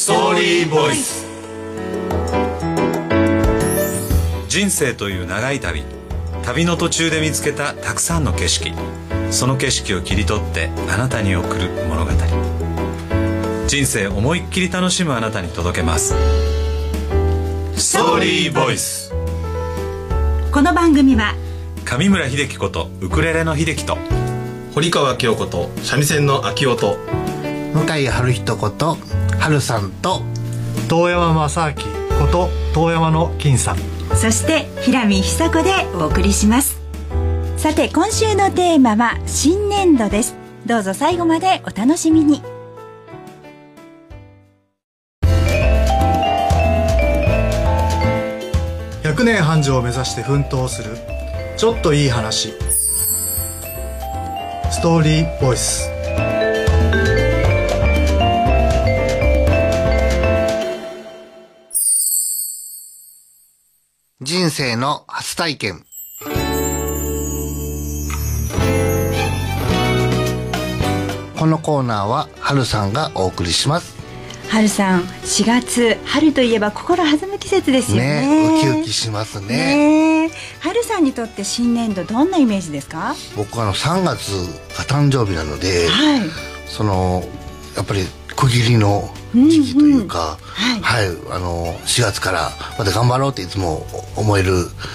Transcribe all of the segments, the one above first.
ーボイス人生という長い旅旅の途中で見つけたたくさんの景色その景色を切り取ってあなたに送る物語人生思いっきり楽しむあなたに届けますストーリーボイスこの番組は上村秀樹ことウクレレの秀樹と堀川京子と三味線の秋音向井春人こと春さんと遠山正明こと遠山の金さんそして平見久子でお送りしますさて今週のテーマは新年度ですどうぞ最後までお楽しみに100年繁盛を目指して奮闘するちょっといい話ストーリーボイス人生の初体験このコーナーは春さんがお送りします春さん4月春といえば心弾む季節ですよねねウキウキしますねねえ春さんにとって新年度どんなイメージですか僕あの3月が誕生日なので、はいそのやっぱり区切りの時期というか、うんうんはい、あの4月からまた頑張ろうっていつも思える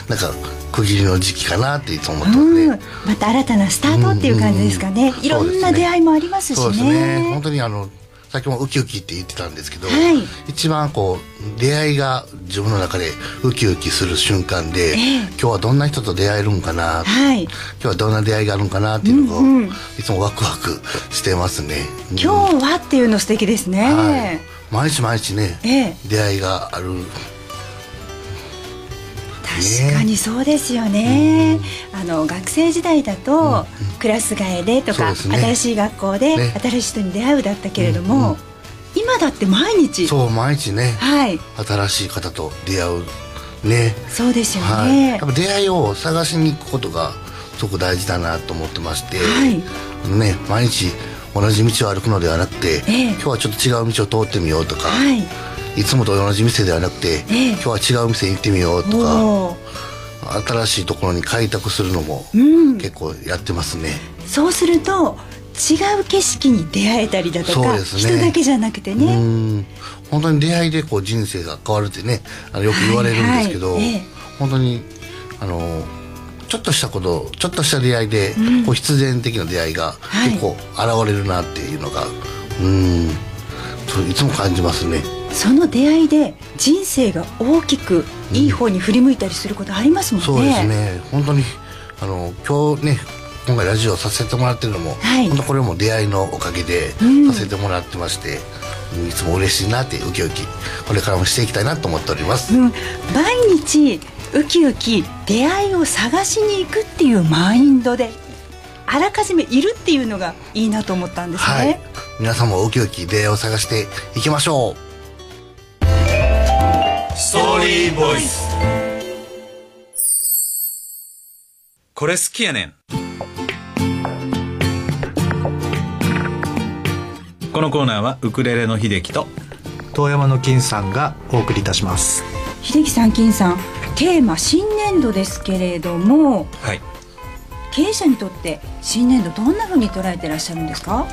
なんか区切りの時期かなっていつも思ってますね、うん、また新たなスタートっていう感じですかね、うんうんいろんな出会いもありますしねそうですね本当にあのさっきもウキウキって言ってたんですけど、はい一番こう出会いが自分の中でウキウキする瞬間で、ええ今日はどんな人と出会えるんかな、はい今日はどんな出会いがあるんかなっていうのを、うんうんいつもワクワクしてますね。うん今日はっていうの素敵ですね、はい、毎日毎日ね、ええ出会いがある確かにそうですよね、あの学生時代だと、クラス替えでとか、そうですね新しい学校で、ね新しい人に出会うだったけれども、今だって毎日そう毎日ねはい新しい方と出会うねそうですよはい、やねっぱ、出会いを探しに行くことがすごく大事だなと思ってまして、はいあのね、毎日同じ道を歩くのではなくて、ええ今日はちょっと違う道を通ってみようとか、はいい、つもと同じ店ではなくて、ええ今日は違う店に行ってみようとかおー新しいところに開拓するのもうん結構やってますね、そうすると違う景色に出会えたりだとそうか、ですね人だけじゃなくてうね、ん本当に出会いでこう人生が変わるってねあのよく言われるんですけはど、いはいええ本当にあのちょっとしたことちょっとした出会いで、こう必然的な出会いがはい結構現れるなっていうのが、うんそういつも感じますねその出会いで人生が大きくいい方に振り向いたりすることありますもんね。そうですね本当にあの今日ね今回ラジオさせてもらってるのも、はい本当これも出会いのおかげでんさせてもらってまして、うんいつも嬉しいなってウキウキこれからもしていきたいなと思っております、うん、毎日ウキウキ出会いを探しに行くっていうマインドであらかじめいるっていうのがいいなと思ったんですね、はい。皆さんもウキウキ出会いを探していきましょう。ストーリーボイスこれ好きやねんこのコーナーはウクレレの秀樹と遠山の金さんがお送りいたします秀樹さん金さんテーマ新年度ですけれどもはい経営者にとって新年度どんな風に捉えてらっしゃるんですか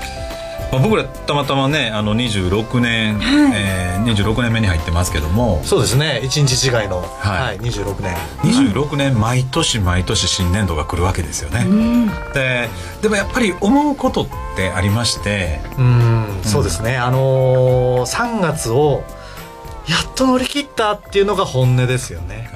まあ、僕らたまたまねあの26年、はいえー26年目に入ってますけどもそうですね一日違いの、ははいい26年26年毎年毎年新年度が来るわけですよね、ででもやっぱり思うことってありましてうんそうですねあのー、3月をやっと乗り切ったっていうのが本音ですよね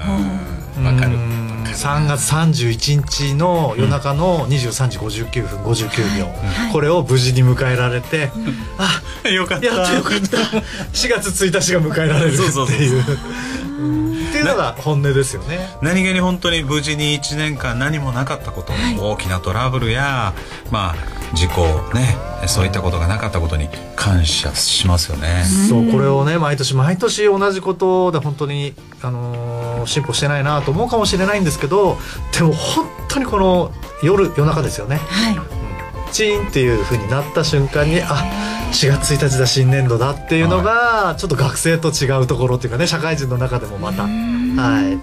うんわかるうん3月31日の夜中の23時59分59秒、いこれを無事に迎えられて、あよかっやっとよかった4月1日が迎えられるっていうそうそうそうっていうのが本音ですよね何気に本当に無事に1年間何もなかったこと、はい大きなトラブルや、まあ、事故ねそういったことがなかったことに感謝しますよね、そうこれをね毎年毎年同じことで本当に、あのー進歩してないなと思うかもしれないんですけどでも本当にこの夜夜中ですよねはいチーンっていう風になった瞬間にあ4月1日だ新年度だっていうのがちょっと学生と違うところっていうかね社会人の中でもまたは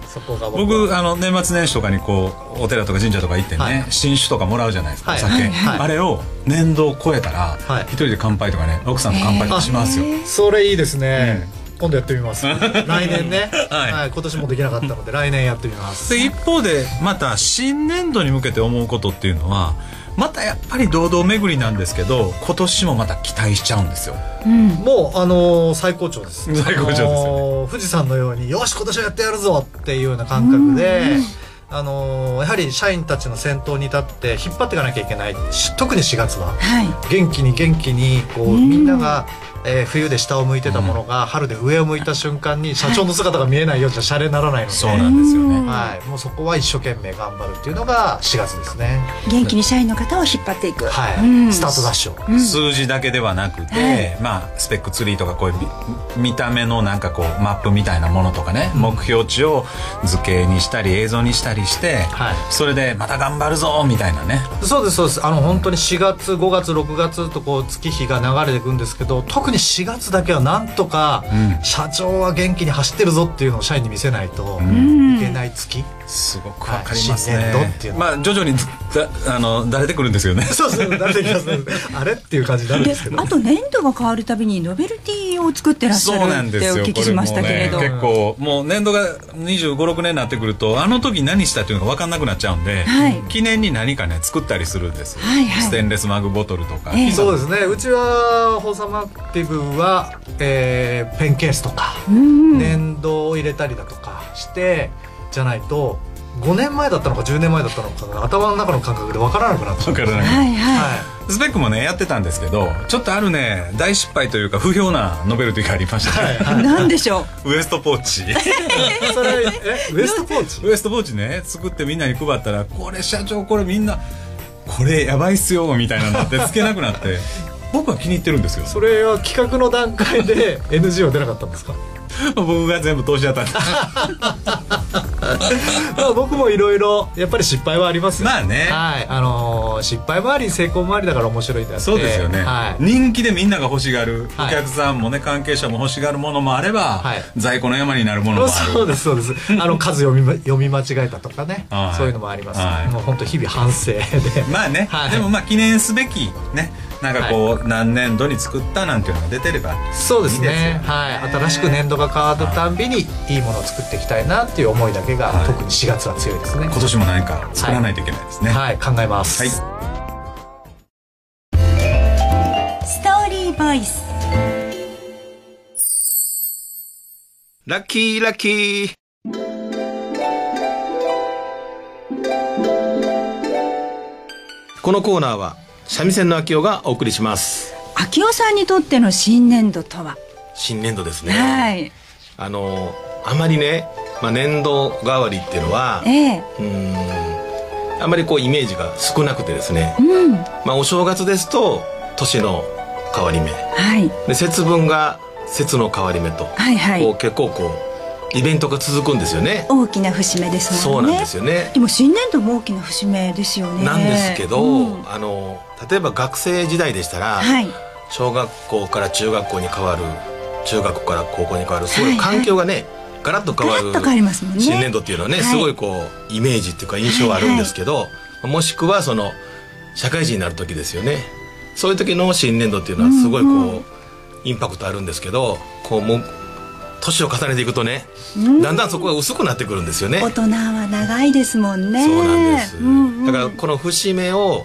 いそこが僕あの年末年始とかにこうお寺とか神社とか行ってね、はい新酒とかもらうじゃないですか、はいお酒、はいあれを年度を超えたら、はい一人で乾杯とかね奥さんと乾杯とかしますよ、それいいですね、今度やってみます 来年ね、はいはい、今年もできなかったので来年やってみますで一方でまた新年度に向けて思うことっていうのはまたやっぱり堂々巡りなんですけど今年もまた期待しちゃうんですようんもうあのー最高潮です最高潮ですよねあのー富士山のようによし今年はやってやるぞっていうような感覚であのーやはり社員たちの先頭に立って引っ張っていかなきゃいけないし特に4月ははい元気に元気にこうみんなが、えー冬で下を向いてたものが春で上を向いた瞬間に社長の姿が見えないようじゃシャレにならないのでそうなんですよね、うんはい、もうそこは一生懸命頑張るっていうのが4月ですね、元気に社員の方を引っ張っていく、はいうんスタートダッシュを、うん数字だけではなくて、はまあスペックツリーとかこういうみ見た目のなんかこうマップみたいなものとかね、目標値を図形にしたり映像にしたりして、はいそれでまた頑張るぞみたいなねそうですそうですあの本当に4月5月6月とこう月日が流れていくんですけど特に4月だけはなんとかうん社長は元気に走ってるぞっていうのを社員に見せないとんいけない月、すごくわかりますはいね新年度っていうのまあ徐々にだあのだれてくるんですよねそうですね慣れてきますねあれっていう感じになるんでですけどあと年度が変わるたびにノベルティを作ってらっしそうなゃるんっですておよ聞きしましたけれど、これもね結構もう年度が2 5 6年になってくるとあの時何したっていうのが分かんなくなっちゃうんで、はい記念に何かね作ったりするんですよ、はいはいステンレスマグボトルとか、え えそうですねうちはホーサムアクティブは、えーペンケースとか、うん粘土を入れたりだとかしてじゃないと5年前だったのか10年前だったのかが頭の中の感覚で分からなくなっちゃうわからないはいはい、はスペックもねやってたんですけどちょっとあるね大失敗というか不評なノベルティがありまして、い、はなんでしょうウエストポー チい、それえウエストポーチウエストポーチね作ってみんなに配ったらこれ社長これみんなこれやばいっすよみたいなの ってつけなくなって僕は気に入ってるんですよそれは企画の段階で NG は出なかったんですか、僕が全部投資だったんでまあ、僕もいろいろやっぱり失敗はありますよまあねはいあのー失敗もあり成功もありだから面白いんだそうですよね、はい、人気でみんなが欲しがる、はいお客さんもね関係者も欲しがるものもあれば、はい在庫の山になるものもあるそうですそうですあの数読みま読み間違えたとかね、 はいそういうのもあります、はいもう本当日々反省でまあね、はいでもまあ記念すべきねなんかこう、何年度に作ったなんていうのが出てればそうですねいいですよねはい、新しく年度が変わったたんびにいいものを作っていきたいなっていう思いだけが、はい特に4月は強いですね今年も何か作らないといけないですね、はい考えます、はいストーリーボイスラッキーラッキーこのコーナーは三味線の秋夫がお送りします秋夫さんにとっての新年度とは、新年度ですねはいあのあまりね、まあ、年度代わりっていうのはええうーんあまりこうイメージが少なくてですね、うんはまあ、お正月ですと年の変わり目いで節分が節の変わり目と、はいはこいう結構こうイベントが続くんですよね大きな節目ですもんねそうなんですよねでも新年度も大きな節目ですよねなんですけど、うんあの例えば学生時代でしたら、はい小学校から中学校に変わる中学校から高校に変わるそういう環境がね、ガラッとガ変ラわッと変わりるますもんね新年度っていうのはね、はいすごいこうイメージっていうか印象はあるんですけど、もしくはその社会人になる時ですよねそういう時の新年度っていうのはすごいこう、うんうんインパクトあるんですけどこうもう年を重ねていくとねうんだんだんそこが薄くなってくるんですよね。大人は長いですもんねそうなんです、うんうんだからこの節目を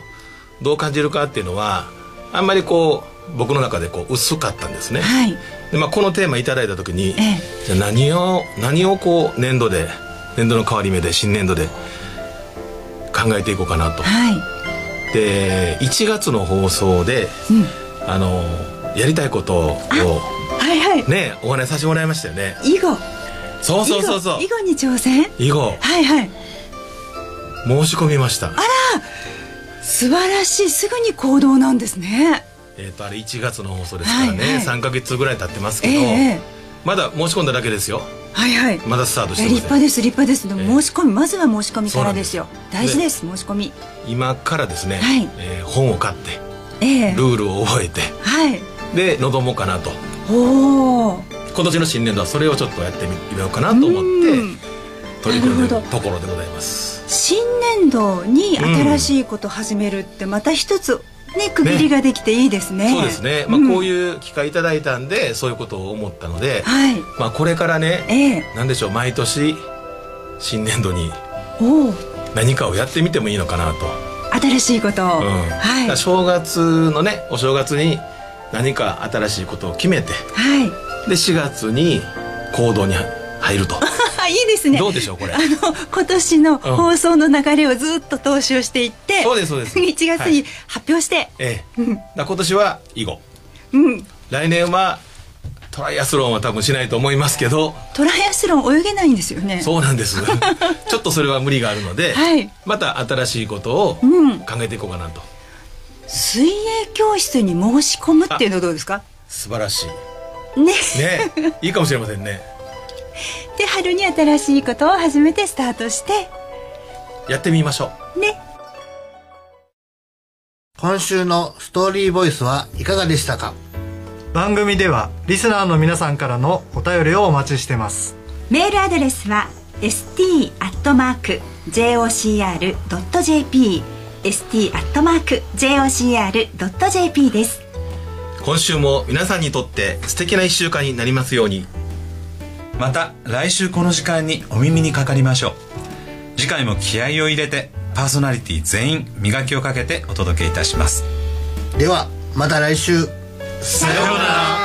どう感じるかっていうのはあんまりこう僕の中でこう薄かったんですね、はいでまあ、このテーマいただいた時に、ええじゃあ何を何をこう年度で年度の変わり目で新年度で考えていこうかなとはで1月の放送い、うでん、あのやりたいことをはいはいねお話しさせてもらいましたよね囲碁そうそうそうそう囲碁囲碁に挑戦以後はいはい申し込みました素晴らしいすぐに行動なんですねえっ、とあれ1月の放送ですからね、はいはい3か月ぐらい経ってますけえええど、まだ申し込んだだけですよえはいはいまだスタートいしやて立ま派せですん立派ですでもえ申えし込み、まずは申し込みからですよそうなん大です事です申し込み今からですね、はいえー本を買ってええルールを覚えてはいで臨もうかなとおお今年の新年度はそれをちょっとやってみようかなと思ってうん取り組んでるなるほところでございます新年度に新しいこと始めるってまた一つね区切りができていいですねそうですね、まあ、んこういう機会いただいたんで、そういうことを思ったので、はいまあ、これからねええ何でしょう毎年新年度におお何かをやってみてもいいのかなと、新しいことを、うんはいはい正月のねお正月に何か新しいことを決めてで4月に行動に 入ると あいいですねどうでしょうこれあの今年の放送の流れをずっと踏襲していって、そうですそ うです1月はいに発表して、えうえんだから今年は囲碁うん来年はトライアスロンは多分しないと思いますけどトライアスロン泳げないんですよねそうなんです ちょっとそれは無理があるので、はいまた新しいことを考うんえていこうかなと、水泳教室に申し込むっていうのはどうですか素晴らしいね ねいいかもしれませんねで春に新しいことを始めてスタートしてやってみましょうね今週のストーリーボイスはいかがでしたか番組ではリスナーの皆さんからのお便りをお待ちしてますメールアドレスは st.jocr.jp st.jocr.jp です今週も皆さんにとって素敵な1週間になりますようにまた来週この時間にお耳にかかりましょう次回も気合を入れてパーソナリティ全員磨きをかけてお届けいたしますではまた来週さようなら